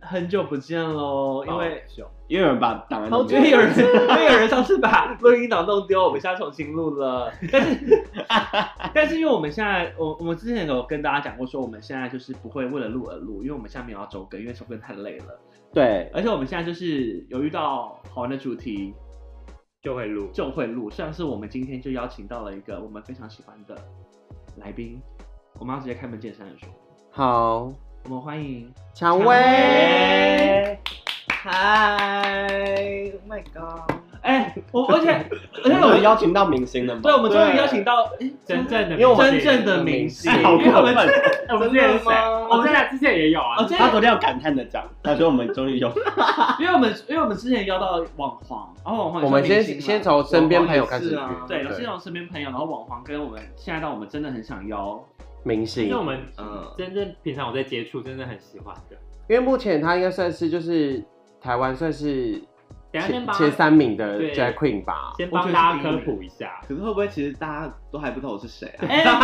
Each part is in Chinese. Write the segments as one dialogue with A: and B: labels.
A: 很久不见喽，因为
B: 因为有人把档案
A: 好
B: 弄
A: 久
B: 丢
A: 有人， 因为有人上次把录音档弄丢，我们现在重新录了。但是， 但是因为我们现在，我我们之前有跟大家讲过，说我们现在就是不会为了录而录，因为我们现在没有要周更，因为周更太累了。
B: 对，
A: 而且我们现在就是有遇到好玩的主题
C: 就会录。
A: 就会录，像是我们今天就邀请到了一个我们非常喜欢的来宾，我们要直接开门见山的说，
B: 好，
A: 我们欢迎
B: 蔷
A: 蔷薇
B: 薇，
D: 嗨，Oh my god！
A: 哎、我而且而
B: 而且
A: 且
B: 我
A: 我
B: 们
A: 们
B: 邀请到明星了吗？
A: 对，我们终于
D: 对
A: 邀请到哎
C: 真正的
B: 因为我
A: 真正的明星，
B: 哎好
A: 因为我们
B: 过分！
C: 哎我们之前是谁？我们之前之前也有啊
A: 哦，，这
B: 他昨天有感叹的讲，他说我们终于 有，
A: 因为我们因为我们之前邀到网黄，然哦后网黄也
E: 我们
A: 算明
E: 先
A: 星嘛
E: 先从身边朋友开
D: 开
E: 始
D: 始
E: 去
D: 去，
A: 啊对，
E: 对
A: 先从身边朋友，然后网黄跟我们现在到我们真的很想邀，
E: 明星
C: 因为，我们
A: 嗯，
C: 真正平常我在接触，真的很喜欢的。
E: 因为目前他应该算是就是台湾算是
C: 等一下先
E: 前
C: 帮
E: 前三名的
C: 对
E: Drag Queen 吧，
C: 先帮大家科普一下，
B: 可是会不会其实大家都还不知道我是谁啊？
A: 哎，
C: 得帮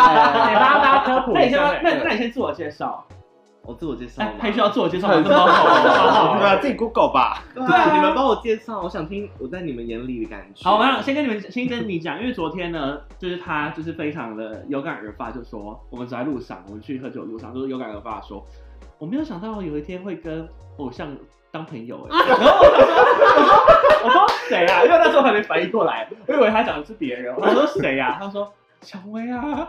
C: 大家科普
A: 那你
C: 一
A: 先
C: 下。
A: 那那你先自我介绍，
B: 我自我介绍
A: 哎
B: 吗，？
A: 还需要自我介绍吗？
E: 很
A: 这么好，
B: 对 啊，自己 Google 吧。
D: 对
A: 啊
D: 啊，
B: 你们帮我介绍，我想听我在你们眼里的感觉。
A: 好，我想先跟你们先跟你讲，因为昨天呢，就是他就是非常的有感而发，就说我们走在路上，我们去喝酒的路上，就是有感而发地说，我没有想到有一天会跟偶像当朋友哎、然后我想说，我说我说谁啊？因为那时候还没反应过来，我以为他讲的是别人，我说谁呀、啊？他说蔷薇啊，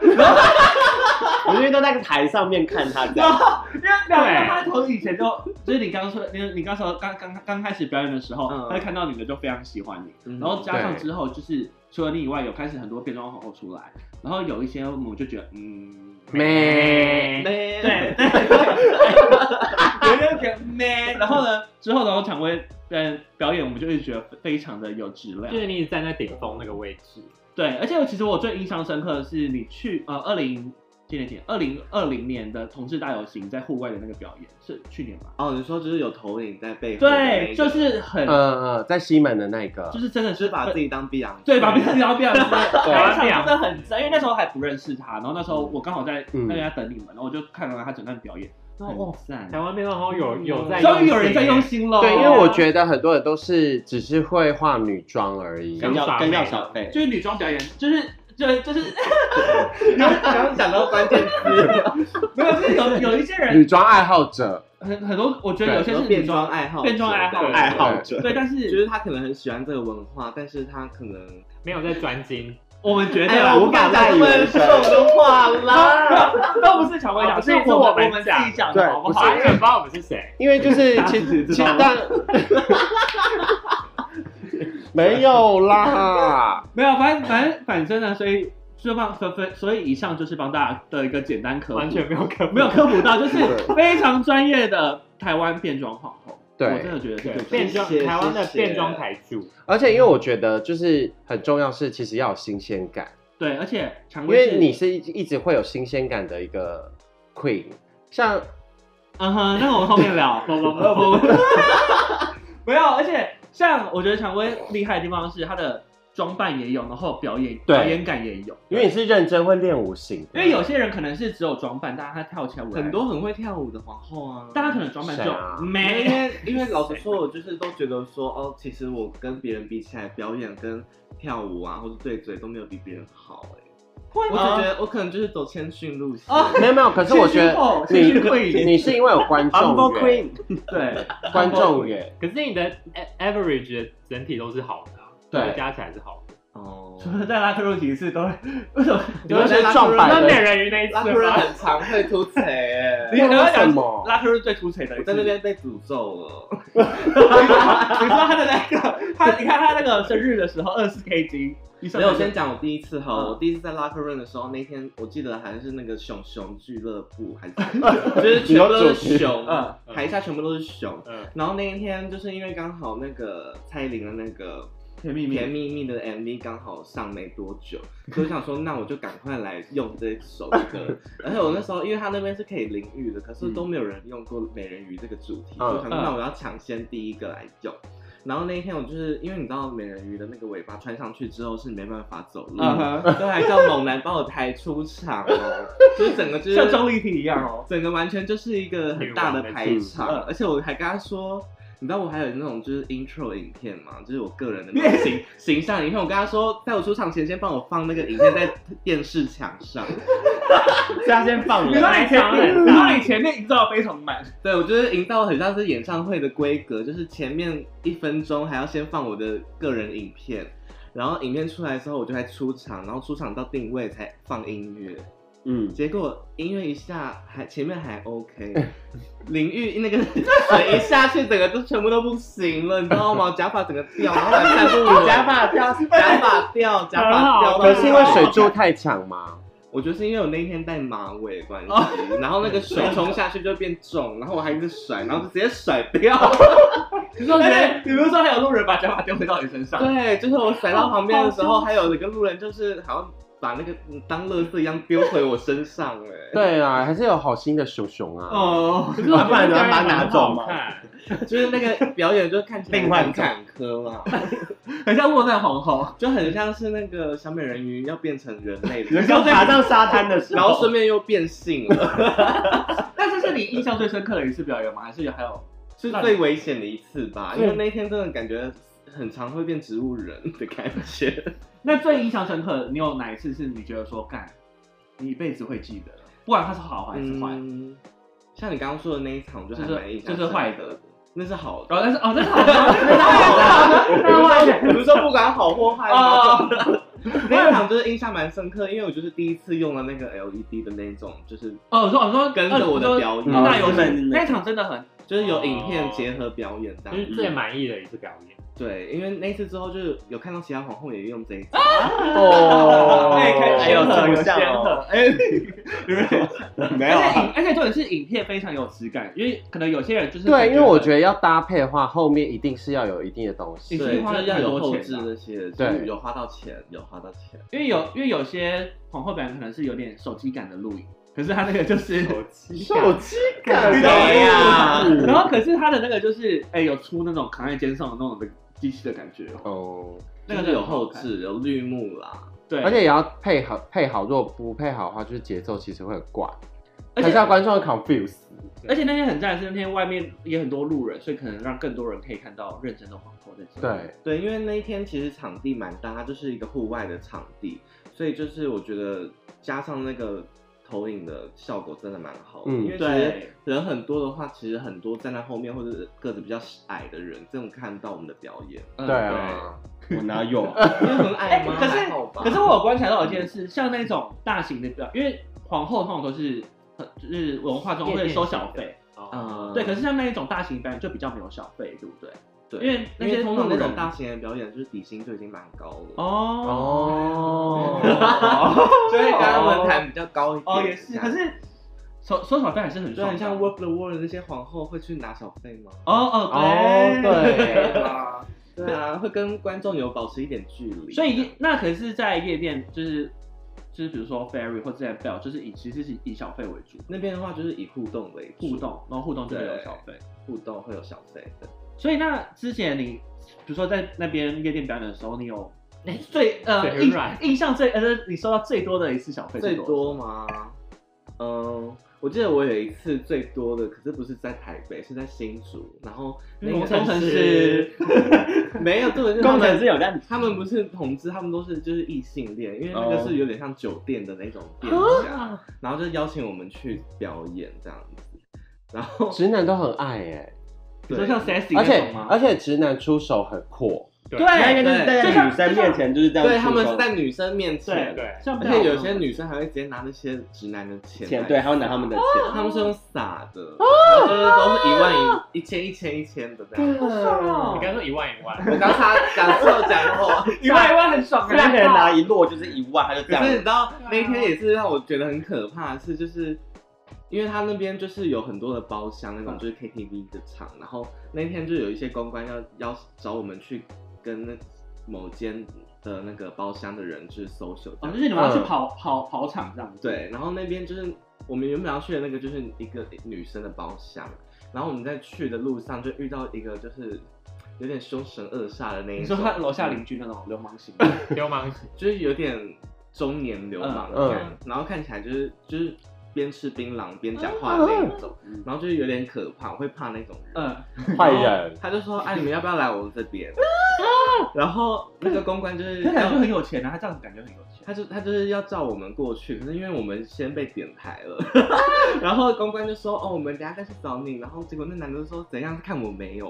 B: 我因为都在台上面看他这
A: 然
B: 样，
A: 后因为两个他从以前就就是你刚说，你你刚说刚刚刚开始表演的时候，
B: 嗯
A: 他就看到你们就非常喜欢你。
B: 然
A: 然后加上
E: 对
A: 之后，就是除了你以外，有开始很多变装皇后出来，然后有一些我们就觉得，嗯，
E: 妹，
B: 对
A: 对对对， 有一些觉得咩。然后呢，之后然后蔷薇嗯表演，我们就会觉得非常的有质量
C: 就。是你一直站在顶峰那个位置，
A: 对，而且其实我最印象深刻的是你去呃二零今年前二零二零年的同志大游行在户外的那个表演，是去年吧？
B: 哦，你说就是有投影在背后，
A: 对，就是很、
E: 嗯嗯，在西门的那个
A: 就，是真的
B: 就是
A: 是
B: 把自己当碧昂，
A: 对，把别人聊变了， 台上
C: 对
A: 真的很赞，因为那时候还不认识他，然后那时候我刚好在
E: 嗯
A: 那边等你们，然后我就看了他整段表演，然后哇塞，
C: 哦台湾变装皇后有有在，
A: 嗯
C: 欸
A: 终于有人在用，心了，
E: 对，因为我觉得很多人都是只是会化女装而已，
B: 跟
C: 想
B: 要
C: 法
B: 跟
C: 美
B: 要小费，
A: 就是女装表演，就是就就是
B: 刚刚讲到关键词，
A: 没有，就是有有一些
E: 女
A: 人
E: 装爱好者，
A: 很很多，我觉得
E: 对
A: 嗯有些
B: 就是是
A: 女
B: 变装，爱好者，
A: 变装爱好
B: 爱好者，
A: 对，但
B: 就是是他可能很喜欢这个文化，但是他可能
C: 没有在专精，
A: 我们觉
B: 哎
A: 得啊
B: 呀我
A: 我
B: 不敢再以为是
D: 这种话 啦，
A: 都啊不是蔷薇讲，
C: 哦
A: 是
C: 是
A: 我
C: 我
A: 们
C: 们
A: 我们自己讲
E: 对
A: 的好不
C: 我
A: 好？
C: 完全不知道我们是谁，
E: 因 为就是
A: 大家
E: 其
A: 自己
E: 实
A: 知
E: 其
A: 道
E: 实
A: 吗
E: 但 没有啦，
A: 没有，反正反正反正呢，所以就帮所所所以以上就是帮大家的一个简单科普，
C: 完全没有可
A: 嗯没有科普到，就是
E: 对
A: 非常专业的台湾变装皇后。
E: 对
A: 我真的觉得这个
C: 变装
B: 谢谢
C: 台湾的
B: 谢谢
C: 变装台柱，
E: 而且因为我觉得就是很重要是其实要有新鲜感。
A: 对，而且常
E: 因
A: 规
E: 为你，是一一直会有新鲜感的一个 queen，像
A: 嗯哼，那我们后面 聊，不不不不 不，没有，而且像我觉得常规厉害的地方是她的装扮也有，然后表演
E: 对
A: 表演感也有，
E: 因为你是认真会练舞型的，
A: 因为有些人可能是只有装扮，但是他跳起来舞来
B: 很，多很会跳舞的皇后啊，
A: 但他可能装扮
E: 谁啊
A: 就
B: 因
A: 没。
B: 为因为老实说，我就是都觉得说，哦，其实我跟别人比起来，表演跟跳舞啊，或者对嘴都没有比别人好哎、
A: 会
B: 我只觉
A: 吗？
B: 得我可能就是走谦逊路线。
A: 啊
E: 没有 没有，可是我觉
A: 谦
E: 得你
A: 虚后谦虚 queen
E: 你是因为有观众
B: Humble
E: 缘，
B: Queen，
A: 对，
E: 观众缘，
C: 可是你的 a- average 的整体都是好的啊，
E: 对
C: 加起来是好的，
B: 哦
A: 除了在拉克路几次都会，为什么？
E: 你们是撞
B: 哎
C: 那
E: 板
C: 美
E: 的，
C: 人鱼那一
B: 拉
C: 次
B: 夫人
C: 吗？
B: 很常会吐槽哎、
A: 你还要
E: 为什
A: 讲
E: 么
A: 拉克路最出彩的一
B: 我
A: 次，
B: 在那边被诅咒了，
A: 你知道他的那个，他你看他那个生日的时候，二十 K 斤，你
B: 没有，我
A: 先
B: 先讲我第一次哈，
A: 嗯
B: 我第一次在拉克润的时候，那天我记得还是那个熊熊俱乐部，还是就是全部都是熊，
A: 嗯
B: 台下全部都是熊。
C: 嗯，
B: 然后那一天就是因为刚好那个蔡依林的那个
A: 甜蜜蜜，
B: 甜蜜蜜的 MV 刚好上没多久，所以我想说，那我就赶快来用这首 歌。而且我那时候，因为他那边是可以淋浴的，可是都没有人用过美人鱼这个主题，
E: 嗯
B: 所以我想说，那我要抢先第一个来用。然后那一天我就是因为你知道美人鱼的那个尾巴穿上去之后是没办法走路，
A: 嗯哼，
B: 都还叫猛男把我抬出场 哦，就是整个就是
A: 像钟丽缇一样哦。
B: 整个完全就是一个很大的排场，
A: 嗯
B: 而且我还跟他说。你知道我还有那种就是 intro 影片嘛，就是我个人的那种形形象影片。我跟他说，在我出场前先帮我放那个影片在电视墙上。
C: 所以他先放
A: 你知
C: 人，
A: 道以
C: 当
A: 前，
C: 然
A: 你知道以前那营造得非常满，
B: 对，我就是营造很像是演唱会的规格，就是前面一分钟还要先放我的个人影片，然后影片出来之后我就在出场，然后出场到定位才放音乐。
E: 嗯，
B: 结果音乐一下还前面还 OK，淋浴那个水一下去，整个都全部都不行了，你知道吗？假发整个掉，然后还看不稳，假 发掉，假发掉，假发掉。
E: 可是因为水柱太强嘛，
B: 我觉得是因为我那一天戴马尾的关系，然后那个水冲下去就变重，然后我还一直甩，然后就直接甩掉。哎
A: 你说人，你不是说还有路人把假发丢回到你身上？
B: 对，就是我甩到旁边的时候，还有一个路人就是好像把那个当垃圾一样丢回我身上、哎，
E: 对啊，还是有好心的熊熊 啊，
A: 哦，
C: 可是我觉得
D: 不然你要把它拿走
C: 表演得很好
D: 吗
C: 看
B: 就是那个表演就看起来
D: 另外一
B: 很
D: 种
B: 坎坷啊嘛。
A: 很像落难皇后。
B: 就很像是那个小美人鱼要变成人类
D: 你
B: 了，
D: 说爬上沙滩的时
B: 然后
D: 候，
B: 顺便又变性了，
A: 那这是你印象最深刻的一次表演吗？还是有还有？
B: 是最危险的一次吧？因为那一天真的感觉很常会变植物人的感觉。
A: 那最印象深刻，你有哪一次是你觉得说干，你一辈子会记得的，不管它是好还是坏？
B: 嗯，像你刚刚说的那一场，我就还蛮印象深刻
A: 就是就是坏的，
B: 那是好
A: 然
B: 的。
A: 后但是哦，那是好的，那是好的，
B: 比如说不管好或坏吗，
A: 哦，
B: 那一场就是印象蛮深刻，因为我就是第一次用了那个 LED 的那种，就是
A: 哦，我说我说哦
B: 跟着我的表演，
E: 嗯
A: 那有
E: 嗯
A: 本那场真的很
B: 就是有影片结合表演这样
C: 就
A: 嗯
B: 子。
C: 是最满意的一次表演。
B: 对，因为那次之后就是有看到其他皇后也用这一招。
E: 哦，
A: 哎可以
D: 还有
A: 这
D: 这
A: 个
D: 个
A: 像
D: 像
A: 哦
D: 哦，
A: 哎，有没有？
D: 没
A: 而且影，而且重点是影片非常有质感，因为可能有些人就是
E: 啊对，因为我觉
A: 得
E: 得要搭配的话，后面一定是要有一定的东西。
A: 你是
B: 对，
A: 花了
B: 就是要有
A: 很多
B: 后
A: 钱
B: 置
A: 吧
B: 那些，就
E: 对
B: 是有花到钱，有花到钱。
A: 因为有因为有些皇后表演可能是有点手机感的录影，可是他那个就是
C: 手机
E: 手机
A: 干
E: 感
A: 嘛
B: 呀
A: 然后可是他的那个就是哎、有出那种扛在肩上的那种的机器的感觉哦，
E: 哦，
A: 那
B: 那
A: 个
B: 个就
A: 就有
B: 有
A: 后
B: 后
A: 置，
B: 置，有绿幕啦。
A: 对，
E: 而且也要配好配好，如果不配好的话，就是节奏其实会很怪，
A: 而
E: 还是
A: 且
E: 要观众 confuse。
A: 而且那天很赞的是那天外面也很多路人，所以可能让更多人可以看到认真的皇后在这里。
E: 对，
B: 对，因为那一天其实场地蛮大，它就是一个户外的场地，所以就是我觉得加上那个投影的效果真的蛮好的。
E: 嗯
B: 因为其实
A: 对
B: 人很多的话，其实很多站在后面或者是个子比较矮的人，这种看不到我们的表演，
A: 嗯
E: 对啊，
D: 我哪有？
B: 因为很
A: 哎
B: 矮吗？
A: 可是
B: 还好吧
A: 可是我有观察到一件事，像那种大型的表，因为皇后通常都是呃就是文化中会收小费，
C: 哦，
B: 嗯
A: 对。可是像那一种大型表演就比较没有小费，对不对？
B: 对，
A: 因为那些
B: 通常那
A: 路人
B: 种大型的表演，就是底薪就已经蛮高了。
A: 哦
E: 哦，
B: 所以刚刚文坛比较高一点。
A: 哦也是，可是收收小费还是很
B: 对，
A: 爽
B: 很
A: 的，
B: 像 Work the World 那些皇后会去拿小费吗？
A: 哦哦
E: 哦，
A: 对。
E: 对，
B: 对啊，会跟观众有保持一点距离。
A: 所以那可是在夜店，就是就是比如说 Fairy 或者 Bell，就是以其实是以小费为主，
B: 那边的话就是以互动为主
A: 互，动，然后互动就会有小费。
B: 互动会有小费的。
A: 所以那之前你比如说在那边夜店表演的时候，你有最呃
C: 嘴
A: 印
C: 软
A: 印象最呃你收到最多的一次小费
B: 最
A: 是多少
B: 多
A: 啊
B: 吗？嗯，我记得我有一次最多的，可是不是在台北，是在新竹，然后那
A: 工
B: 个
A: 程师，
B: 没有，重点是他
D: 工
B: 们
D: 程师有在，
B: 他们不是同志，他们都是就是异性恋，因为那个
A: 哦啊
B: 是有点像酒店的那种店家，然后就邀请我们去表演这样子。然后
E: 直男都很爱哎，
A: 比如说像 Sassy
E: 而
A: 那种
E: 且
A: 吗？
E: 而且直男出手很阔，
D: 那应该就是
A: 就
D: 在
A: 像
D: 女生面前就是这样出
B: 对
D: 手，
B: 他们是在女生面前，
C: 对
A: 像
B: 而
A: Bell
B: 且有些女生还会直接拿那些直男的钱
D: 钱，
B: 来哦
D: 对，还要拿他们的钱，
B: 他们是用撒的，然后就是都是一万一一千一千一千的这样。
A: 好爽哦
C: 你刚说一万一万，
B: 我 刚才讲错讲 错，
A: 一万一万很爽啊
D: 他们可能拿一摞就是一万，他就这
B: 可
D: 样
B: 是你知道那一天也是让我觉得很可怕的是，就是因为他那边就是有很多的包厢那种
D: 嗯
B: 就是 KTV 的场，然后那天就有一些公关要要找我们去跟那某间的那个包厢的人去搜 o
A: 哦，就是你们要去跑跑跑场这样子。
B: 对，然后那边就是我们原本要去的那个，就是一个女生的包厢，然后我们在去的路上就遇到一个就是。有点凶神恶煞的那一
A: 你
B: 种嗯
A: 说，他楼下邻居那种流氓型，
C: 流氓型，
B: 就是有点中年流氓
E: 嗯
B: 的感觉，然后看起来就是就是边吃槟榔边讲话的那一种，
D: 嗯
B: 然后就是有点可怕，我会怕那种人。
A: 嗯，
E: 坏人，
B: 他就说：“哎、你们要不要来我们这 边？”然后那个公关就是
A: 他感觉
B: 要
A: 很有钱啊，他这样感觉很有钱。
B: 他就他就是要叫我们过去，可是因为我们先被点台了， 然后公关就说：“哦，我们等一下再去找你。”然后结果那男的就说：“怎样？看我没有。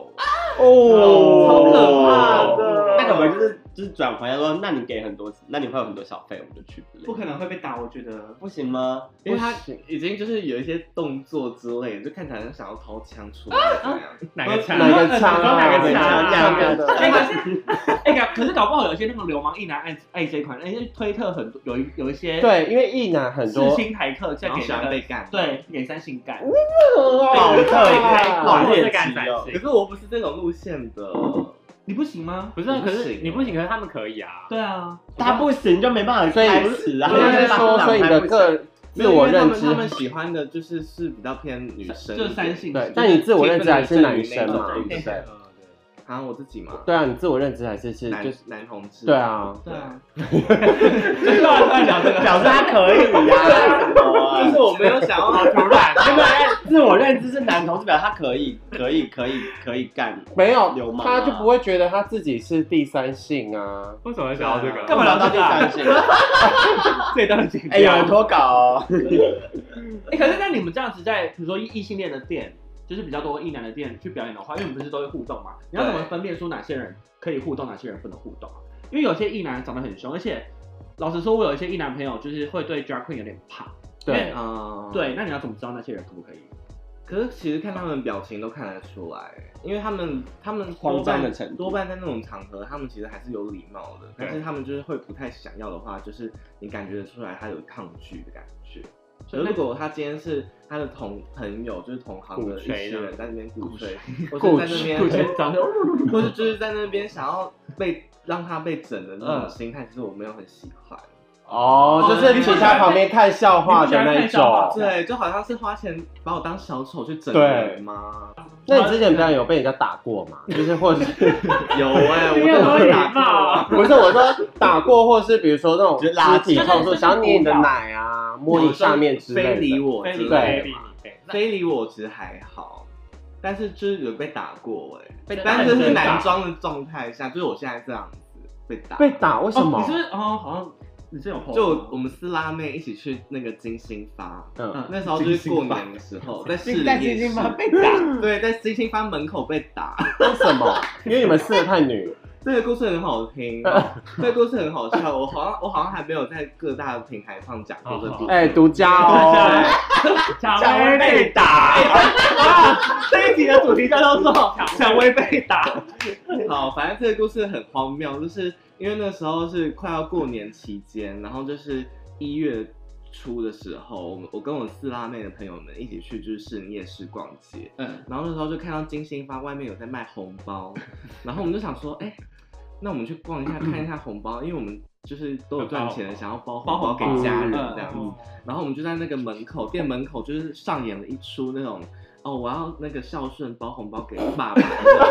D: 哦，
B: 超可怕
A: 的
D: 那可能就是就是转回来说，那你给很多，那你会有很多小费，我们就去之类的
A: 不可能会被打，我觉得”
D: 不行吗？
B: 因为他已经就是有一些动作之类的，就看起来像想要掏枪出来这样。
C: 哪个哦 枪？
E: 哪个枪
C: 你说
E: 啊？
C: 哪个
E: 枪
C: 枪啊
E: 啊？
A: 哎，可是，哎、可是搞不好有些那种流氓一男爱爱这一款，哎、推特很多有一有一些
E: 对，因为一男很
A: 四
E: 多
A: 星台客在
B: 然后
A: 给
B: 喜
A: 那
B: 欢
A: 个
B: 被干。。
A: 对给三星干，
E: 嗯
D: 老特开
C: 老
D: 老
C: 特
D: 猎
C: 敢
D: 奇
C: 展
D: 哦
C: 示
B: 可是我不是这种路线的，
A: 你不行吗？
C: 不是啊，
B: 不
C: 可
B: 行
C: 是
B: 哦
C: 你不行，可是他们可以啊。
A: 对啊，
D: 他不行就没办法
E: 所以
D: 开始啊
E: 所。以是说，所以你的个
B: 没
E: 自
B: 有因
E: 我
B: 为他
E: 认
B: 们
E: 知
B: 他，们喜欢的就是是比较偏女生一点，
A: 就是三性
E: 对，但你自我认知还是男生嘛，
B: 对
E: 对不对？
C: 哦
B: 啊，我自己嘛，
E: 对啊，你自我认知还是是
B: 男
E: 就是
B: 男同志，
E: 对，啊，
A: 对 啊，
B: 就是我在讲这个，
D: 表示他可以呀，什么啊
B: 就是我没有想要
C: 好突然，
D: 没有没有自我认知是男同志，表示他可以可以可以可以干。
E: 没有
D: 流，氓啊
E: 他就不会觉得他自己是第三性啊。
C: 为什么会想到这
B: 对啊
C: 个？
A: 干嘛聊到
D: 到
A: 这
D: 第
A: 个啊
D: 三性？
A: 这段剪
D: 哎，有人脱稿哦。
A: 哎、可是那你们这样子在比如说异性恋的店，就是比较多异男的店去表演的话，因为你们不是都会互动嘛？你要怎么分辨出哪些人可以互动，哪些人不能互动啊？因为有些异男长得很凶，而且老实说，我有一些异男朋友就是会对 drag queen 有点怕。
E: 对，
B: 啊，。
A: 对，那你要怎么知道那些人可不可以？
B: 可是其实看他们表情都看得出来，因为他们他们多
D: 慌张的
B: 半
D: 程度
B: 多半在那种场合，他们其实还是有礼貌的，
C: 对
B: 但是他们就是会不太想要的话，就是你感觉得出来他有抗拒的感觉。
A: 所以那
B: 如果他今天是他的同朋友，就是同行的一些人在那边鼓吹，或
E: 鼓
B: 是在那边
A: 顾全长得，
B: 或是就是在那边想要被让他被整的那种心态，其实我没有很喜欢。
E: 哦，就
A: 你
E: 是
A: 不喜
E: 请
A: 欢
E: 他旁边看笑话的
A: 你不喜欢
E: 那
A: 看笑话
E: 种。
B: 对，就好像是花钱把我当小丑去整
E: 对
B: 人吗？
E: 那你之前表演有被人家打过吗？就是或者是
B: 有哎、我
C: 你有多
B: 都
C: 礼
B: 有打过
C: 貌
B: 啊。
E: 不是我说打过，或是比如说那种
D: 就是拉
E: 肢体
D: 近
E: 碰触，
A: 就是
E: 想捏你的奶啊，摸你下面之类
B: 哦非礼
E: 的。
B: 我之类
E: 对
B: 的
C: 非
B: 嘛，
C: 礼你，
B: 非礼我其实还好，但是就是有被打过哎、
A: 被打
B: 但是
A: 很
B: 是
A: 正常
B: 男装的状态下，就是我现在这样子被打
E: 被打为什
A: 哦，
E: 么
A: 你是？不是哦？好像你是有 po
B: 就
A: 吗
B: 我我们四辣妹一起去那个金星发，
E: 嗯，
B: 那时候就是过年的时候，在 市里
D: 在
B: 夜
D: 金星发
B: 市，
D: 被打，
B: 对，在金星发门口被打。
E: 为什 么？因为你们四个太女，
B: 这个故事很好 听，这个故事很好笑。我好像我好像还没有在各大平台上讲过这故事。
E: 哎，独家哦。
C: 小
D: 小薇被打。
C: 嗯
D: 这一集的主题叫做“小薇被
A: 哦
D: 打
B: 好，反正这个故事很荒谬，就是因为那时候是快要过年期间，然后就是一月初的时候，我们我跟我四辣妹的朋友们一起去就是市营夜市逛街，
A: 嗯，
B: 然后那时候就看到金星发外面有在卖红 包，然后我们就想说，哎、那我们去逛一下看一下红包，因为我们就是都有赚钱的，想要包
A: 包
B: 红包
A: 红
B: 给
A: 包
B: 家人
A: 嗯
B: 这样子。
A: 嗯
B: 然后我们就在那个门口店门口，就是上演了一出那种哦，我要那个孝顺包红包给爸爸。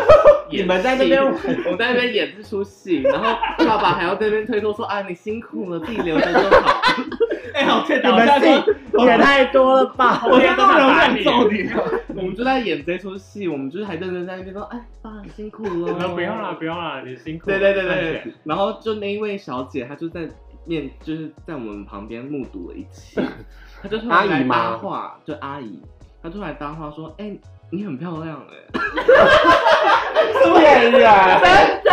D: 你们在那边玩
B: 我们在那边演这出戏，然后爸爸还要在那边推脱说啊，你辛苦了，自己留着就好。
A: 哎，好欠打，
D: 你
A: 我
D: 们
A: 现在说
D: 戏也太多了吧！
A: 我现在都不能乱揍你了。
B: 我们就在演这出戏，我们就是还认真在那边说，哎，爸辛苦
C: 你
B: 了，
C: 们不用啦，。不用啦，你辛苦了。
B: 对对对
C: 赚
B: 对
C: 钱，，
B: 然后就那一位小姐，她就在面，就是在我们旁边目睹了一 切，她就突然
E: 阿姨
B: 来
E: 吗
B: 搭话，就阿姨，她突然搭话说，哎、你很漂亮哎、
E: 骗
B: 啊
E: 人！
D: 真的，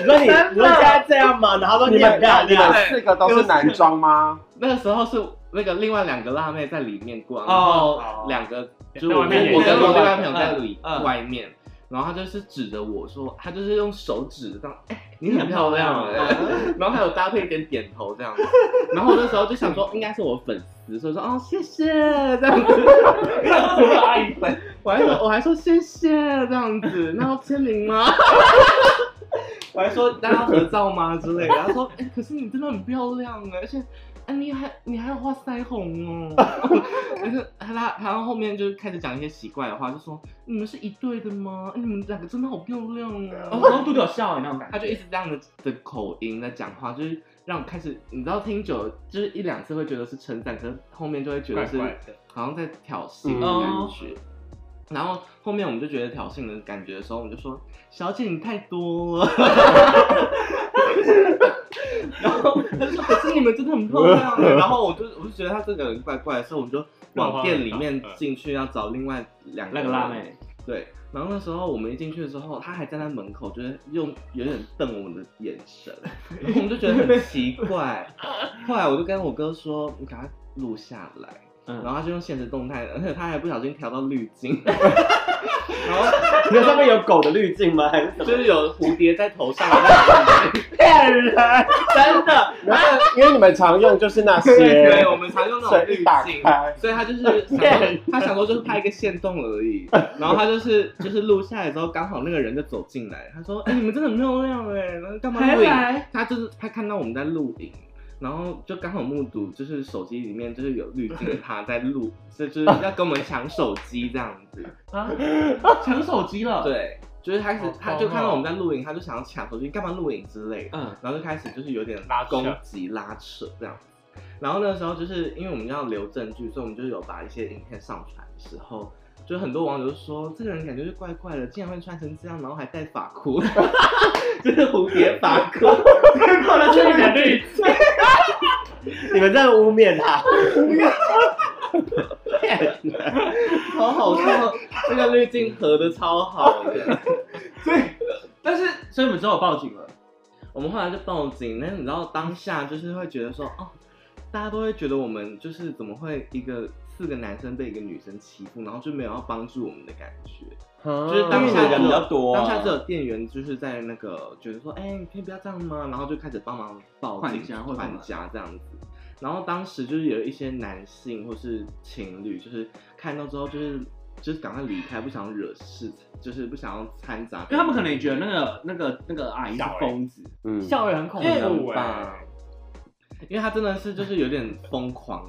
D: 你说你，你说现在这样吗？然后说
E: 你
D: 你很
E: 们
D: 漂
E: 你
D: 亮
E: 们，四个都是男装吗？
B: 那个时候是那个另外两个辣妹在里面逛，然
A: 哦
B: 后两个就是
C: 在
B: 我
C: 外面
B: 跟我
A: 演
B: 跟我另
A: 戏
B: 外朋友在里
A: 嗯嗯
B: 外面，然后她就是指着我说，她就是用手指这样，哎，你很漂亮
A: 嗯
B: 哎，然后还有搭配一点点头这样子，然后我那时候就想说应该是我粉丝，所以说哦谢谢这样子，
A: 除了阿姨粉，
B: 我 还说我还说谢谢这样 子，那要签名吗？ 我还说大家合照吗之类的，他说哎、可是你真的很漂亮哎，而且。啊，你还你还要画腮红 哦，但是他他然后后面就开始讲一些奇怪的话，就说你们是一对的吗？哎你们两个真的好漂亮
D: 哦，
B: 哦。
D: 然 后嘟嘟有笑欸那种感觉，
B: 他就一直这样的的口音在讲话，就是让我开始，你知道听久了就是一两次会觉得是称赞，可是后面就会觉得是
C: 怪怪的
B: 好像在挑衅的感觉。然后后面我们就觉得挑衅的感觉的时候，我们就说：“小姐，你太多了。” 然后他说：“可是你们真的很漂亮。”啊然后我就我就觉得他这个人怪怪的，所以我们就往店里面进去要找另外两
D: 啊嗯那个辣妹，
B: 对，然后那时候我们一进去的时候，他还站在门口，就是用有点瞪我们的眼神， 然后我们就觉得很奇怪。后来我就跟我哥说：“你赶快录下来。”
D: 嗯
B: 然后他就用现实动态，而且他还不小心调到滤 镜，
D: 那上面有狗的滤镜吗？还是什
B: 就
D: 么？
B: 是有蝴蝶在头上的那种。
D: 骗人，真的。
E: 然后因为你们常用就是那
B: 对对，
E: 些，
B: 我们常用那种
E: 水
B: 滤
E: 一打
B: 镜。
E: 开，
B: 所以他就是想说，他想说就是拍一个线动而已，然后他就是就是录下来之后，刚好那个人就走进来，他说：“哎、你们真的很漂亮哎、然后干嘛录影？”
D: 啊
B: 他就是他看到我们在录影，然后就刚好目睹就是手机里面就是有滤镜，他在录，这就是要跟我们抢手机这样子。
A: 啊，抢手机了，
B: 对，就是开始
C: 好
B: 他
C: 疯
B: 就看到
C: 哦
B: 我们在录影，他就想要抢手机，干嘛录影之类的。
D: 嗯，
B: 然后就开始就是有点
C: 拉扯
B: 攻击拉扯这样。然后那个时候就是因为我们要留证据，所以我们就有把一些影片上传的时候，就很多网友就说这个人感觉就怪怪的，竟然会穿成这样，然后还戴发箍， 就是蝴蝶发箍。
D: 结果呢，
C: 这
D: 这
C: 个
D: 个
C: 绿
D: 你们在污蔑他，
B: 好好看，哦，那个滤镜合的超好的。
A: 但是所以你们之后有报警了，
B: 我们后来就报警，但是你知道当下就是会觉得说，哦，大家都会觉得我们就是怎么会一个四个男生被一个女生欺负，然后就没有要帮助我们的感觉，
E: 就
B: 就是当
D: 因为
B: 下
D: 你人
B: 只有
D: 比较多啊
B: 当下只有店员就是在那个觉得说，哎、你可以不要这样吗？然后就开始帮忙报警
A: 换家或什么
B: 管家这样子。然后当时就是有一些男性或是情侣，就是看到之后就是就是赶快离开，不想惹事，就是不想要掺杂，
A: 因为他们可能也觉得那个那个那个阿姨是
C: 小欸
A: 疯子，
E: 嗯，
D: 校园恐
C: 因为
D: 怖，欸
C: 我
B: 吧，因为他真的是就是有点疯狂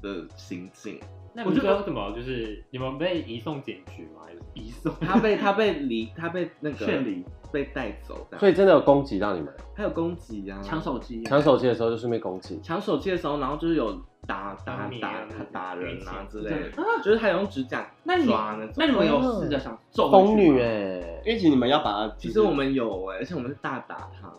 B: 的行径，
C: 那我就说怎么就是你们被移送警局吗？还是移 送？
B: 他被他被离他被那个
A: 劝离
B: 被带走这样，
E: 所以真的有攻击到你们，
B: 还有攻击啊，
A: 抢手机，
E: 抢手机的时候就顺便攻击，
B: 抢手机的时候，然后就是有打打
C: 打你
B: 打
C: 啊
B: 他打人啊之类
A: 这
B: 的
A: 样，
B: 就是还有用指甲
A: 那你
B: 抓那种。
A: 那你们有试着想揍回去吗
E: 疯女？哎，
D: 因为其实你们要把它，
B: 其实我们有哎，而且我们是大打他，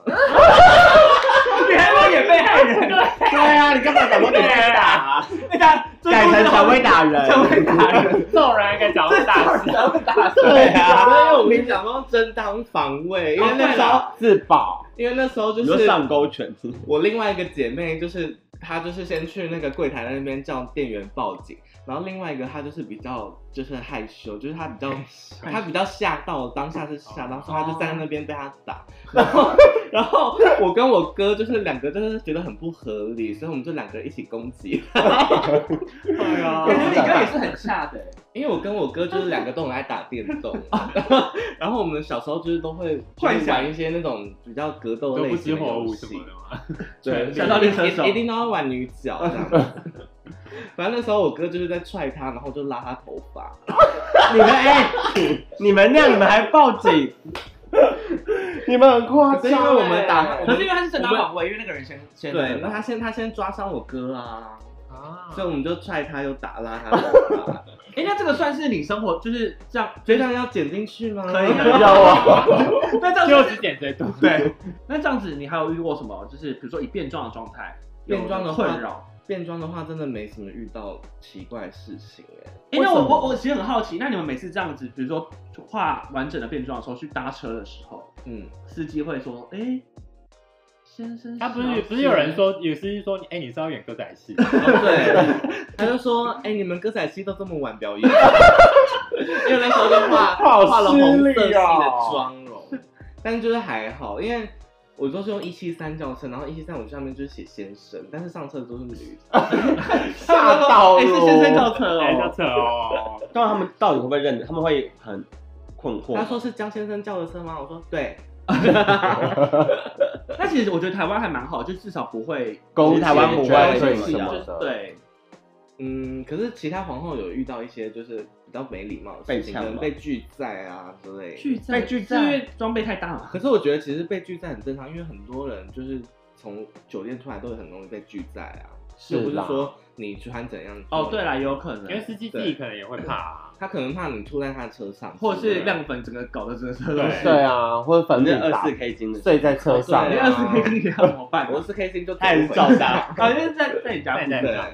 D: 你还有也被害人，
E: 对啊，你干嘛
D: 对啊，那他 改成小薇打人，小薇打人，
C: 揍人还敢讲
D: 这
C: 大事？
D: 小薇打人，
E: 对啊，
B: 因为我跟你讲说正当防卫，因为那时候
E: 自保，
B: 因为那时候就
D: 你说
B: 是
D: 上勾拳，
B: 我另外一个姐妹就是她就是先去那个柜台那边叫店员报警，然后另外一个她就是比较就是害羞，就是她比较她比较吓到，当下是吓到，所以她就站在那边被她打，
C: 哦
B: 然后然后我跟我哥就是两个就是觉得很不合理，所以我们就两个人一起攻击，
A: 对
D: 哦
A: 啊，感觉你哥也是很吓的欸，
B: 因为我跟我哥就是两个都很爱打电动， 然后我们小时候就是都会
A: 幻
B: 就是
A: 想
B: 玩一些那种比较格斗
C: 都
B: 类
C: 不
B: 型
C: 知
B: 的
C: 火
B: 游
C: 舞
B: 戏
C: 什么的吗？
A: 对
C: 全
A: 想到
B: 一
A: 练成手
B: 一一定都要玩女角这 样子。反正那时候我哥就是在踹他，然后就拉他头发，
D: 你们哎，你们 那样你们还报警，
E: 你们很夸
B: 可是因为
E: 张，欸
B: 我们打，我
A: 可
B: 们
A: 是因为他是正当防卫，因为那个人先先
B: 对，那他先他先抓伤我哥啊，
C: 啊，
B: 所以我们就踹他又打拉他头 发，
A: 哎，那这个算是你生活就是这样，
B: 所以这样要剪进去吗？
A: 可以啊
E: 要啊，
A: 那这样
C: 就
A: 算是
C: 只点最多。
A: 对，那这样子你还有遇过什么？就是比如说以变装的状态，
B: 变装的话
A: 困扰。
B: 变装的话真的没什么遇到奇怪的事情哎、
A: 哎、那我我我其实很好奇，那你们每次这样子，比如说画完整的变装的时候，去搭车的时候，
B: 嗯，
A: 司机会说：“哎、先生，
C: 啊他不
A: 小
C: 是
A: 姐
C: 不是有人说，有司机说，哎，你是要演歌仔戏？
B: 哦对， 他就说，哎、你们歌仔戏都这么晚表演， 因为那时候就画
E: 好
B: 画了红色系
E: 失
B: 的
E: 礼哦
B: 妆容，但就是还好，因为我都是用一七三叫声，然后一七三我下面就是写先生，但是上车都是女的，
E: 吓到
A: 哎、是先生
E: 了，
A: 叫车
C: 哎，叫
A: 哦。
C: 扯哦，
D: 当然他们到底会不会认得？他们会很困惑。
B: 他说是江先生叫的车吗？我说对，
A: 但其实我觉得台湾还蛮好，就至少不会
E: 攻击
A: 台湾不
E: 专
A: 会
E: 制
A: 什
E: 什么
A: 么
E: 的
A: 对，
B: 嗯，可是其他皇后有遇到一些就是比较没礼貌的事情，
D: 被呛
B: 可
D: 吗
B: 能被拒载啊之类的。
A: 巨赞
D: 被拒
A: 是
D: 赞
A: 因为装备太大嘛。
B: 可是我觉得其实被拒载很正常，因为很多人就是从酒店出来都会很容易被拒载啊，
E: 是
B: 又不是
E: 啦
B: 说你穿怎样。
A: 哦，对啦，也有可
C: 因为
A: 能，
C: 司机自己可能也会怕啊。
B: 他可能怕你吐在他的车上，
A: 或者是亮粉整个搞的真的是
C: 对
E: 对啊，或者粉
D: 你
E: 饼
D: 这二
E: 打
D: 四 K 金的，
E: 睡在车上
A: 你
B: 对
A: 二
B: 啊
A: 十 K 金你要怎么办？
B: 我是 K 星就
D: 他也是照杀。
A: 啊，因为在在你家附近
C: 在
B: 对
A: 啊。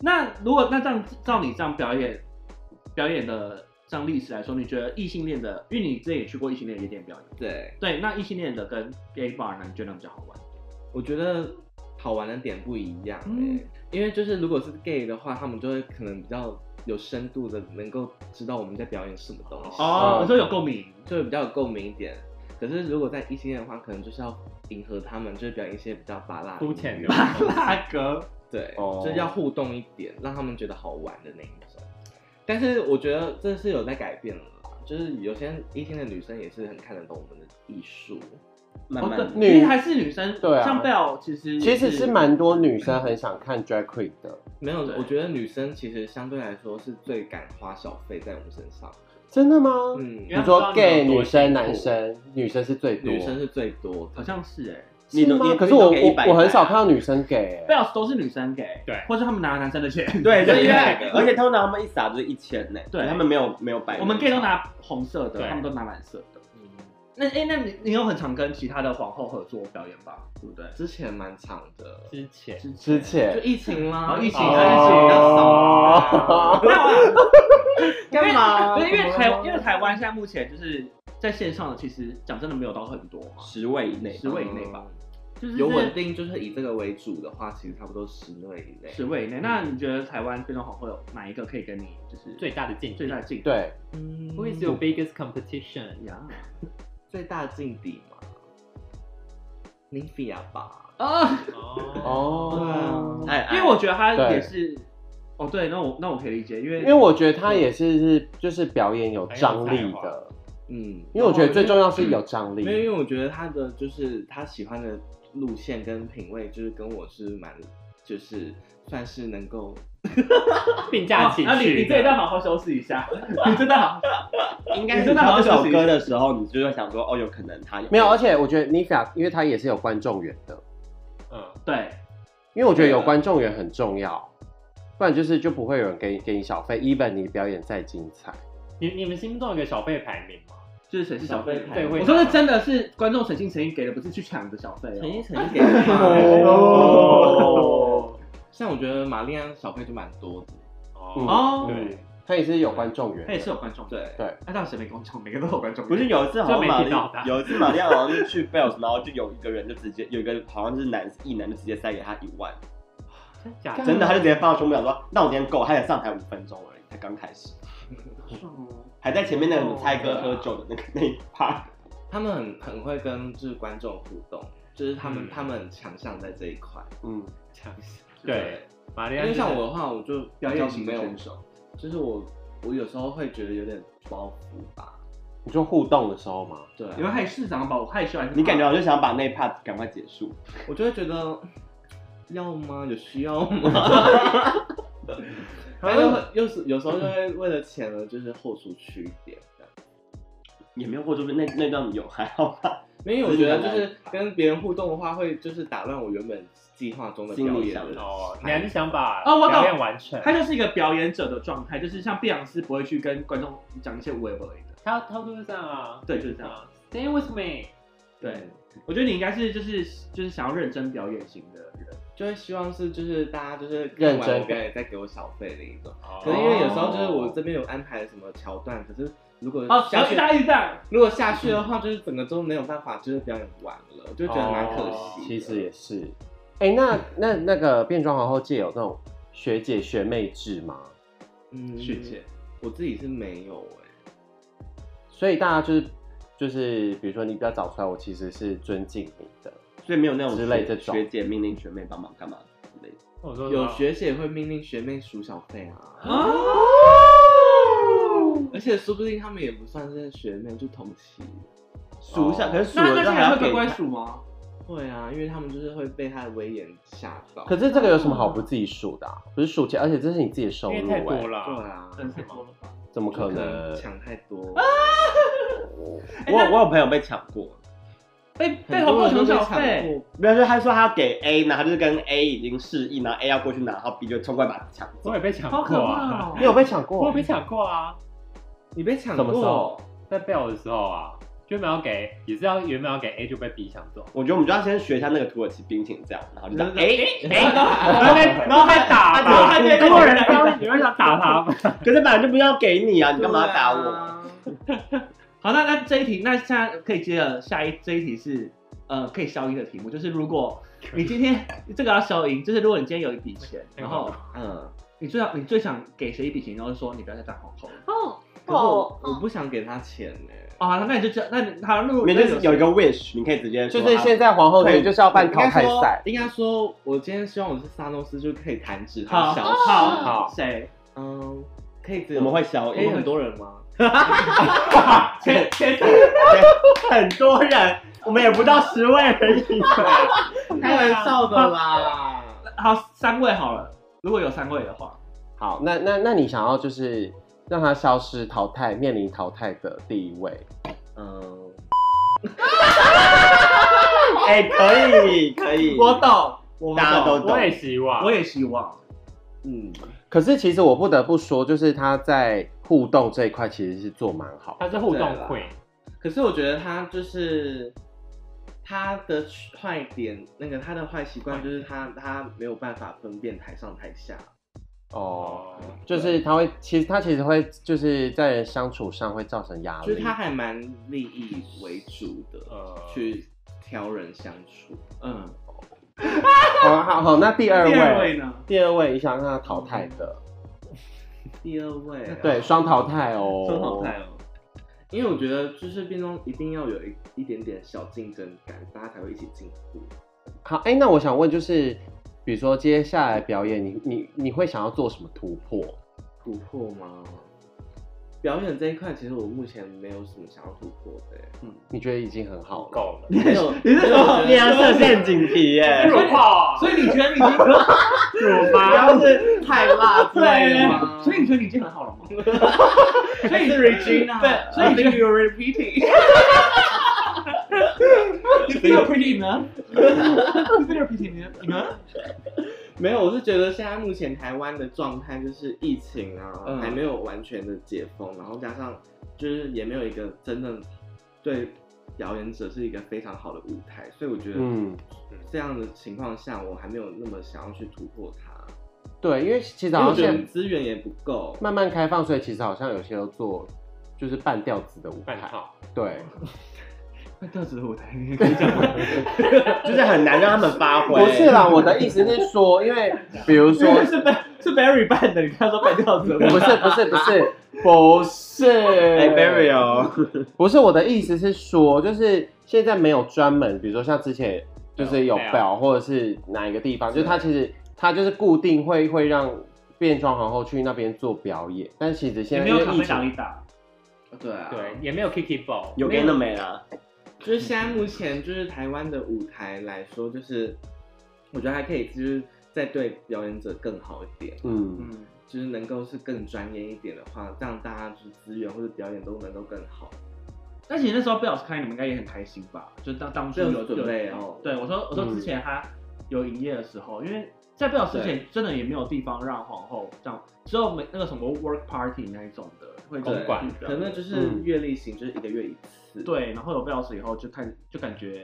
A: 那如果那这样照你这样表演表演的这样历史来说，你觉得异性恋的，因为你之前也去过异性恋夜店表演，
B: 对，
A: 对，那异性恋的跟 gay bar 呢，你觉得哪比较好玩？
B: 我觉得好玩的点不一样、欸
A: 嗯
B: 因为就是如果是 gay 的话，他们就会可能比较有深度的，能够知道我们在表演什么东西，
A: 哦，
E: 嗯
A: 我说有共鸣，
B: 就会比较有共鸣一点。可是如果在异性恋的话，可能就是要迎合他们，就是表演一些比较拔辣的
C: 肤浅的
B: 音乐
A: 那个
B: 对，
E: 哦
B: 就是要互动一点，让他们觉得好玩的那一种。但是我觉得这是有在改变了啦，就是有些异性的女生也是很看得懂我们的艺术，
D: 慢
A: 哦
D: 慢
A: 对
D: 的，
E: 女
A: 因为还是女生，
E: 对啊
A: 像 Bell 其实
E: 其实是蛮多女生很想看 drag queen 的，
B: 没有，
A: 对
B: 我觉得女生其实相对来说是最敢花小费在我们身上。
E: 真的吗？
B: 嗯
E: 你，说 gay 女生、
C: 因为他
E: 男
C: 们知道
E: 生，女生是最多，
B: 女生是最多
A: 好
B: 的。
A: 像是哎、
D: 你
E: 是
D: 都
E: 吗
D: 你？
E: 可是我
D: 你都给
E: 我
D: 100
E: 我很
B: 啊
E: 少看到女生给
A: b e l l 都是女生给，
C: 对
A: 或者他们拿男生的钱，
D: 对对
B: 对
D: 对
B: 对，
D: 而且通常他们一撒就是一千呢，
A: 对
D: 他们没有没有百，
A: 我们 gay 都，拿红色的，
C: 对
A: 他们都拿蓝色的。
B: 嗯
A: 那哎、那你你有很常跟其他的皇后合作表演吧？对不对？
B: 之前蛮长的，
C: 之前
E: 之
B: 就
E: 前
B: 疫情啦，
A: 哦疫
B: 疫
A: 情
B: 情
A: 哦
B: 比较少啊。
A: 没有啊，
B: 干嘛？
A: 对，因为台因为台湾现在目前就是在线上的，其实讲真的没有到很多嘛，
D: 十位以内，哦
A: 十位以内吧，就是
B: 嗯有稳定，就是以这个为主的话，其实差不多十位以内。
A: 十位以内。那
E: 嗯
A: 你觉得台湾变装皇后有哪一个可以跟你就是
C: 最大的竞
A: 最
C: 争
A: 大进步
E: 对，
B: 嗯
C: ，Who is your biggest competition？
A: 呀？
B: 最大劲敌嘛？林菲亚吧。
A: 啊，
E: 哦，
D: 哎，哎
A: 因为我觉得他
E: 对
A: 也是，哦对，那我那我可以理解，因为
E: 因为我觉得她也是是就是表演有张力的，
B: 嗯，
E: 因为我觉得最重
B: 要，
E: 要是有张
B: 没有，因
E: 力，
B: 为我觉得他的就是他喜欢的路线跟品味，就是跟我是蛮，就是算是能够
C: 哦并驾齐驱
A: 啊
C: 的。
A: 你你这一段好好休息一下， 你真的好，应
D: 你
A: 该
D: 知
A: 真的
D: 道
A: 好
D: 这
A: 好
D: 首
A: 休息一下
D: 歌的时候，你就会想说，哦，有可能他有
E: 没有，而且我觉得 Nifia，因为她也是有观众缘的，
C: 嗯，
A: 对。
E: 因为我觉得有观众缘很重要，不然就是就不会有人给你给你小费，even 你表演再精彩，
C: 你你们心目中有个小费排名吗？
A: 就是谁是小费
C: 对会
A: 我说的真的是观众诚心诚意给的，不是去抢的小费哦。
B: 诚 心诚意给 哦。像我觉得玛丽安小费就蛮多的，
A: 哦
C: 对，
E: 她也是有观众缘
A: 他也
E: 的，
A: 是有观众，
B: 对，
E: 对
A: 那到底谁没观众？每个都有观众，
D: 不是有一次好像
C: 就
D: 玛
C: 没听到他
D: 丽，有一次玛丽亚好像是去 Bells，然后就有一个人就直接有一个好像是男一男就直接塞给他一万，
C: 真假
D: 真的他就直接放到胸部想说，那我今天够，他才上台五分钟而已，才刚开始，还在前面那种猜歌喝酒的那个那一趴，
B: 他们很很会跟就是观众互动，就是他们、
C: 嗯
B: 他们很强项在这一块。
D: 嗯，
C: 对，玛丽
B: 因
C: 安
B: 为
C: 就是
B: 像我的话，我就
A: 表演型
B: 没有
A: 选手，
B: 就是我我有时候会觉得有点包袱吧，
E: 你说互动的时候嘛，
B: 对啊、
A: 因为害市长把我害羞还是
D: 你感觉我就想把那一 part 赶快结束，
B: 我就会觉得要吗？有需要吗？ 然后又会又是有时候就会为了钱呢，就是豁出去一点这样。
D: 也没有或者那那段有还好吧，
B: 因为我觉得就是跟别人互动的话，会就是打乱我原本计划中的表
D: 心里
B: 演
D: 想
B: 的
C: 哦，你还是想把
A: 哦我懂
C: 表演完成。
A: 他就是一个表演者的状态，就是像碧昂斯不会去跟观众讲一些无为不为的，
C: 他他就是这样啊，
A: 对，就是这样。
C: 啊，Stay with me。
A: 哦对，我觉得你应该是就是就是想要认真表演型的人，
B: 就会希望是就是大家就是
E: 认真
B: 看完我表演再给我小费的一种。可
C: 可
B: 能因为有时候就是我这边有安排什么桥段，可是如果
A: 哦，
B: 下
A: 小
B: 去，
A: 去大家一直这样，
B: 如果下去的话，就是整个都没有办法，就是表演完了，就觉得蛮可惜的。嗯
E: 其实也是，哎、那那那个变装皇后界有那种学姐学妹制吗？
B: 嗯
A: 学姐，
B: 我自己是没有哎、
E: 所以大家就是就是，比如说你比较早出来，我其实是尊敬你的。
D: 所以没有那种
E: 之类
D: 学
E: 这种
D: 学姐命令学妹帮忙干嘛之类的。
C: 我说
B: 有学姐会命令学妹数小费啊，
A: 哦，
B: 而且说不定他们也不算是学妹，就同期。
E: 哦
D: 数一下，可是数
A: 那
D: 了
A: 那
D: 就
A: 些
D: 还
A: 人
D: 要
A: 会
D: 给
A: 乖乖数吗？
B: 会啊，因为他们就是会被他的威严吓到。
E: 可是这个有什么好不自己数的、啊？不是数钱，而且这是你自己的收
C: 因
E: 入
C: 为太
E: 哎、
C: 多了
B: 对
C: 啊，
B: 啊，
A: 真的太多了吧？
E: 怎么可
B: 可能
E: 能？
B: 抢太多，
D: 我
A: 哎
D: 有我有朋友被抢过，
A: 被被
B: 很
A: 红
B: 多
A: 包
B: 人都
A: 抢
B: 被
A: 小
B: 抢
A: 费，
B: 过。
D: 没有，就是他说他要给 A，然后他就是跟 A 已经示意，然后 A 要过去拿，然后 B 就冲过来把他抢走。
C: 我也被抢
A: 好可
C: 过
A: 怕
C: 啊，
A: 哦！
E: 你有被抢
C: 我
E: 过
C: 有？被抢过啊，
B: 你被抢
E: 什么时
B: 过
E: 候？
C: 在 bell 的时候啊，就没有给，也是要原本要给 A 就被 B 抢走，
D: 我觉得我们就要先学一下那个土耳其冰淇淋这样，然后就这样
B: 真的
D: A，
C: 然后被 然后被打
D: 然后
C: 吧，
D: 他就
C: 中国人刚有人想打他吧？
D: 可是本来就不要给你啊，你干嘛要打
B: 对
D: 我？
B: 啊？
A: 好，那那这一题，那现在可以接着下一这一题是呃可以消音的题目，就是如果你今天这个要消音，就是如果你今天有一笔钱，然后
B: 嗯，
A: 你最想你最想给谁一笔钱，然后就说你不要再当皇后了。
F: 哦，
B: 可是
F: 哦
B: 我我不想给他钱呢。
A: 啊，那你就这，那你好，那如果
D: 你就是有一
A: 个
D: 个 wish，你可以直接说啊
E: 就是现在皇后队就是要办淘汰赛，
B: 应该说，应该说我今天希望我是萨诺斯，就可以弹指
A: 好
B: 他消
A: 好
B: 失。
A: 好谁
B: 嗯，可以只
D: 我
B: 有
D: 们会消
B: 可以
D: 音，
B: 很多人吗？
A: 前前
D: 很多人，我们也不到十位而已。
B: 开玩笑的啦。
A: 好三位好了，如果有三位的话，
E: 好，那那那你想要就是让他消失淘汰，面临淘汰的第一位，
B: 嗯，
D: 哎，可以可以，
B: 我懂，我
D: 大家都懂
C: 我也希望，
A: 我也希望
B: 嗯，
E: 可是其实我不得不说，就是他在互动这一块其实是做蛮好
C: 他
E: 的。
C: 是互动
B: 对
C: queen，
B: 可是我觉得他就是他的坏点，那个他的坏习惯就是他他没有办法分辨台上台下。
E: 哦，
C: 哦，
E: 就是他会，其实他其实会就是在人相处上会造成压力。
B: 就是他还蛮利益为主的，
C: 呃，
B: 去挑人相处。
A: 嗯，
E: 好好好，那第二
A: 第二
E: 位，
A: 位呢？
E: 第二位，你想让他淘汰的，
B: 第二位、
E: 对，嗯双淘汰哦，
B: 双淘汰。哦。因为我觉得就是变中一定要有一一点点小竞争感，大家才会一起进步。
E: 好，哎，那我想问，就是比如说接下来表演，你你你会想要做什么突破？
B: 突破吗？表演这一块，其实我目前没有什么想要突破的、
E: 你觉得已经很好了？
C: 够了，
B: 没有，
D: 你是说你要设陷
B: 阱？
D: 阱题耶？
C: 辱炮，
A: 所以你觉得你已经
C: 辱
B: 不
C: 吗？
B: 要是太 辣之类的吗
A: 对，所以你觉得你已经很好了吗？
B: 所以是 Regina，
A: 对，所以你觉得 you're repeating。你 feel pretty 呢？你 feel pretty 呢？
B: 没有，我是觉得现在目前台湾的状态就是疫情啊，
A: 嗯
B: 还没有完全的解封，然后加上就是也没有一个真正对表演者是一个非常好的舞台，所以我觉得
E: 嗯，
B: 这样的情况下，我还没有那么想要去突破它，
E: 对，因为其实
B: 因为
E: 好
B: 我
E: 像
B: 觉得
E: 现
B: 我们
E: 在
B: 资源也不够。
E: 慢慢开放，所以其实好像有些都做就是半吊子的舞
C: 半
E: 台，
C: 套，
E: 对，
A: 快调子舞台，你可以讲吗？
D: 就是很难让他们发挥。
E: 不是啦，我的意思是说，因为比如说，
A: 是 Bar- 是 Barry 办的，你刚说快调子舞台
E: 不是不是不是 不是，
D: 哎，Barry 哦，
E: 不是我的意思是说，就是现在没有专门，比如说像之前就是有
C: Bell
E: Bell 或者是哪一个地方，就是它其实它就是固定会会让变装皇后去那边做表演，但其实
A: 也
E: 现在
A: 没有
E: 因为
A: 卡
E: 疫
A: 被打
E: 情，
A: 一打，
B: 对啊，
C: 对，，也没有 Kiki ball，
D: 有 gay 都没啦。
B: 就是现在目前就是台湾的舞台来说，就是我觉得还可以，就是再对表演者更好一点。
E: 嗯，
A: 嗯，
B: 就是能够是更专业一点的话，让大家就是资源或者表演都能够更好。
A: 但其实那时候 Bill 开，你们应该也很开心吧？就当当初
B: Bill
A: 有
B: 准备哦
A: 对我说我说
E: 嗯
A: 之前他有营业的时候，因为在 Bill 之前真的也没有地方让皇后这样，只有每那个什么 work party 那一种的会
C: 公
A: 去
C: 馆
A: 表
B: 可
A: 演
B: 能就是月例行，就是一个月一次。，
A: 嗯对，然后有 Bells 以后就看就感觉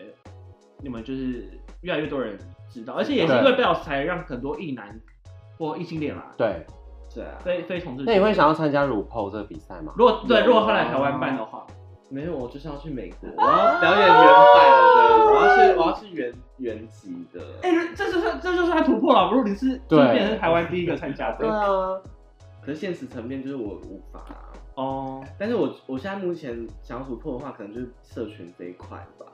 A: 你们就是越来越多人知道，而且也是因为 Bells 才让很多异男或异性恋啦，
E: 对。
B: 对啊，
A: 非非同志。
E: 那你会想要参加 RuPaul 这个比赛吗？
A: 如果对，如果后来台湾办的话，
B: 没有，我就是要去美国， 我要表演原版的，我要去，我要去原原籍的。
A: 哎、这就是这就是他突破了。如果你是就
E: 对
A: 是变成台湾第一个参加
E: 对
A: 的，
E: 啊，
B: 可是现实层面就是我无法、
A: 哦，
B: 但是我我现在目前想要突破的话，可能就是社群这一块吧。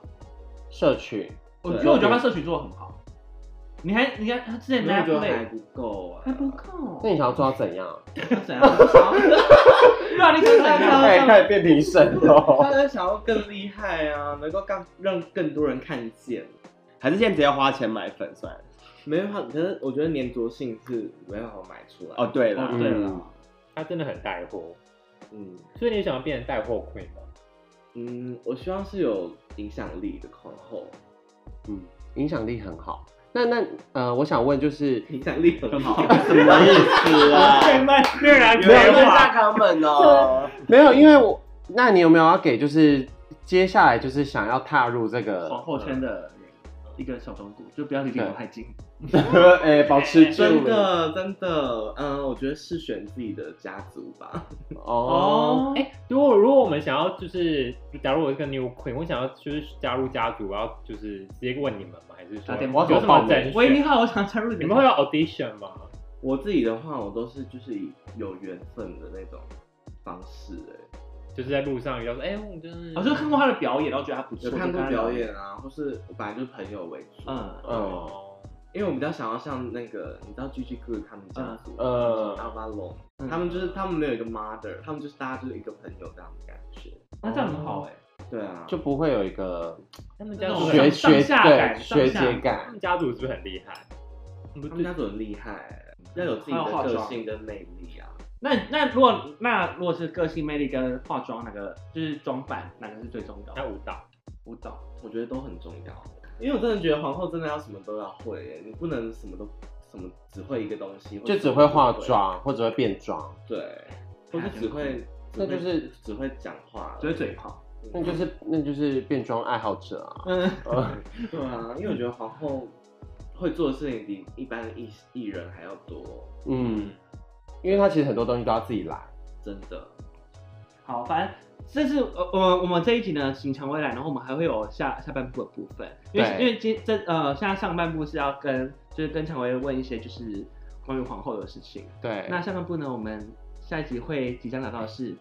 E: 社群
A: 我
B: 对
A: 觉得我觉得他社群做的很好。你还你还他之前
B: 因为我觉得还
A: Netflix
B: 不够啊，
A: 还不。够，
E: 那你想要做到怎样？啊
A: 那怎样？对啊，你想 怎样？
E: 哎，开始变评审哦
B: 他
E: 喽。
B: 们想要更厉害啊，能够让让更多人看见。
D: 还是现在直接花钱买粉算了？
B: 没办法，可是我觉得粘着性是没办法买出来。
D: 哦，，对了，
C: 哦对
E: 嗯
C: 了他真的很带货，
B: 嗯
C: 所以你想要变成带货 queen 吗？
B: 嗯，我希望是有影响力的皇后，
E: 嗯，影响力很好。那那呃，我想问就是，
B: 影响力很好。
D: 什么意思 啊？
A: 卖个人
D: 有人问大他们哦，
E: 没有，因为我，那你有没有要给就是接下来就是想要踏入这个
A: 皇后圈的人一个小忠告，就不要离地方太近。
E: 哎、保持 住
B: 真的真的，嗯，我觉得是选自己的家族吧。
E: 哦，
A: 哎，
C: 如果如果我们想要就是，假如我是个 new queen，我想要就是加入家族，我要就是直接问你们吗？还是说
A: 打电
E: 话
C: 有什么甄
A: 喂，你
C: 选？
A: 好，我想加入你
C: 你们会有 audition 吗？
B: 我自己的话，我都是就是以有缘分的那种方式、哎，
C: 就是在路上遇到说，哎、我就是
A: 我就看过他的表演，然后觉得他不错，
B: 有看
A: 就
B: 过
A: 跟他聊
B: 表。演啊，或是我本来就是朋友为主。
A: 嗯
E: 嗯，
C: 哦，
B: 因为我比较想要像那个，你知道 G G Good 他们家族，
E: 嗯
B: 呃，阿巴龙
A: 嗯，
B: 他们就是他们没有一个 mother，他们就是大家就是一个朋友这样的感觉。
A: 那这样很好哎，哎
B: 对啊，
E: 就不会有一个
C: 他们家
A: 那
C: 族
A: 种
E: 学
C: 很
A: 上
E: 学
A: 下
E: 对
A: 感上
E: 学
A: 下
E: 姐
C: 他
E: 感，
C: 们家族是不是很厉害？
B: 他们家族很厉害，
E: 嗯
B: 要有自己的
A: 还有化
B: 个
A: 妆
B: 性跟魅力啊。
A: 那那如果那如果是个性魅力跟化妆哪个就是装扮哪个是最重要
C: 还有
A: 的？
C: 舞蹈，
A: 舞蹈
B: 我觉得都很重要，因为我真的觉得皇后真的要什么都要会耶，你不能什么都什么只会一个东西，或
E: 就
B: 者
E: 只会化，妆或者会变装，
B: 对，或是只会，
E: 那就是
B: 只会讲话，嗯
A: 就是嘴，炮。
E: 那就是那就是变装爱好者啊。
A: 嗯，
E: 呃
B: 对啊，因为我觉得皇后会做的事情比一般的艺艺人还要多，
E: 嗯，因为他其实很多东西都要自己来。
B: 真的。
A: 好，反正这是呃我我们这一集呢，行常未来，然后我们还会有下下半部的部分，因为
E: 对
A: 因为今这呃现在上半部是要跟就是跟常威问一些就是关于皇后的事情，
E: 对，
A: 那下半部呢，我们下一集会即将聊到的是。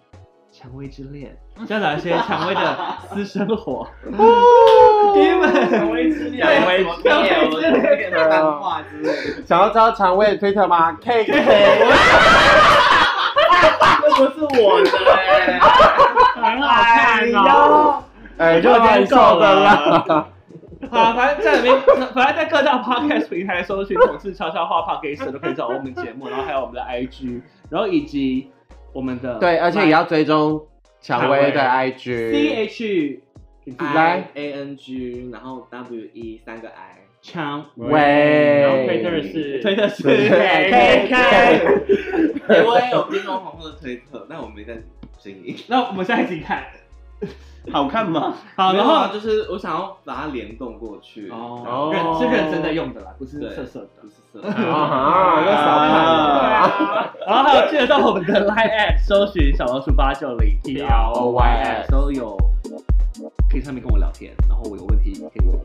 A: 蔷薇之 恋，要聊一些蔷薇的私生活。哦你们，
D: 薇之恋
A: 蔷薇之恋
D: 我啊们这个漫画之类的，
E: 想要知道肠胃推特吗？K K，
D: 这不是我的哎，
A: 很好看哦。
D: 呀，
E: 哎，就
D: 我
E: 难
D: 已经
E: 受
D: 够
E: 的
D: 了
E: 啦。
A: 好，反正在里面， 反正在各大 podcast 平台搜寻“同事悄悄话 podcast” 都可以找到我们节目，然后还有我们的 IG，然后以及我们的
E: 对，而且也要追踪蔷薇的
C: 蔷
A: C
E: IG。
A: H
E: 来
B: A N G，然后 W E 三个 I，
A: 强
E: 喂，
C: 然后 Twitter 是
A: 推特是
E: 对
A: K K。
B: 哎我也有追踪皇后的推特，但我没在经营。
A: 那我们下一集看。
D: 好看吗？
A: 好，
B: 没有
A: 然
B: 啊
A: 后
B: 就是我想要把它联动过去。
A: 哦，
B: 然
A: 认
B: 后
A: 是认真的用的啦，不是
B: 对
A: 色色的。
B: 不是色
E: 啊，又少看了。
A: 啊，然后还有记得到我们的 Line App 搜寻小老鼠八九零 T R O Y S，都有可以上面跟我聊天，然后我有问题可以问我们。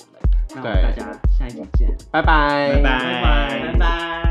A: 那我们大
E: 对
A: 家下一集见，
E: 拜
A: 拜
E: 拜，
A: 拜
B: 拜拜。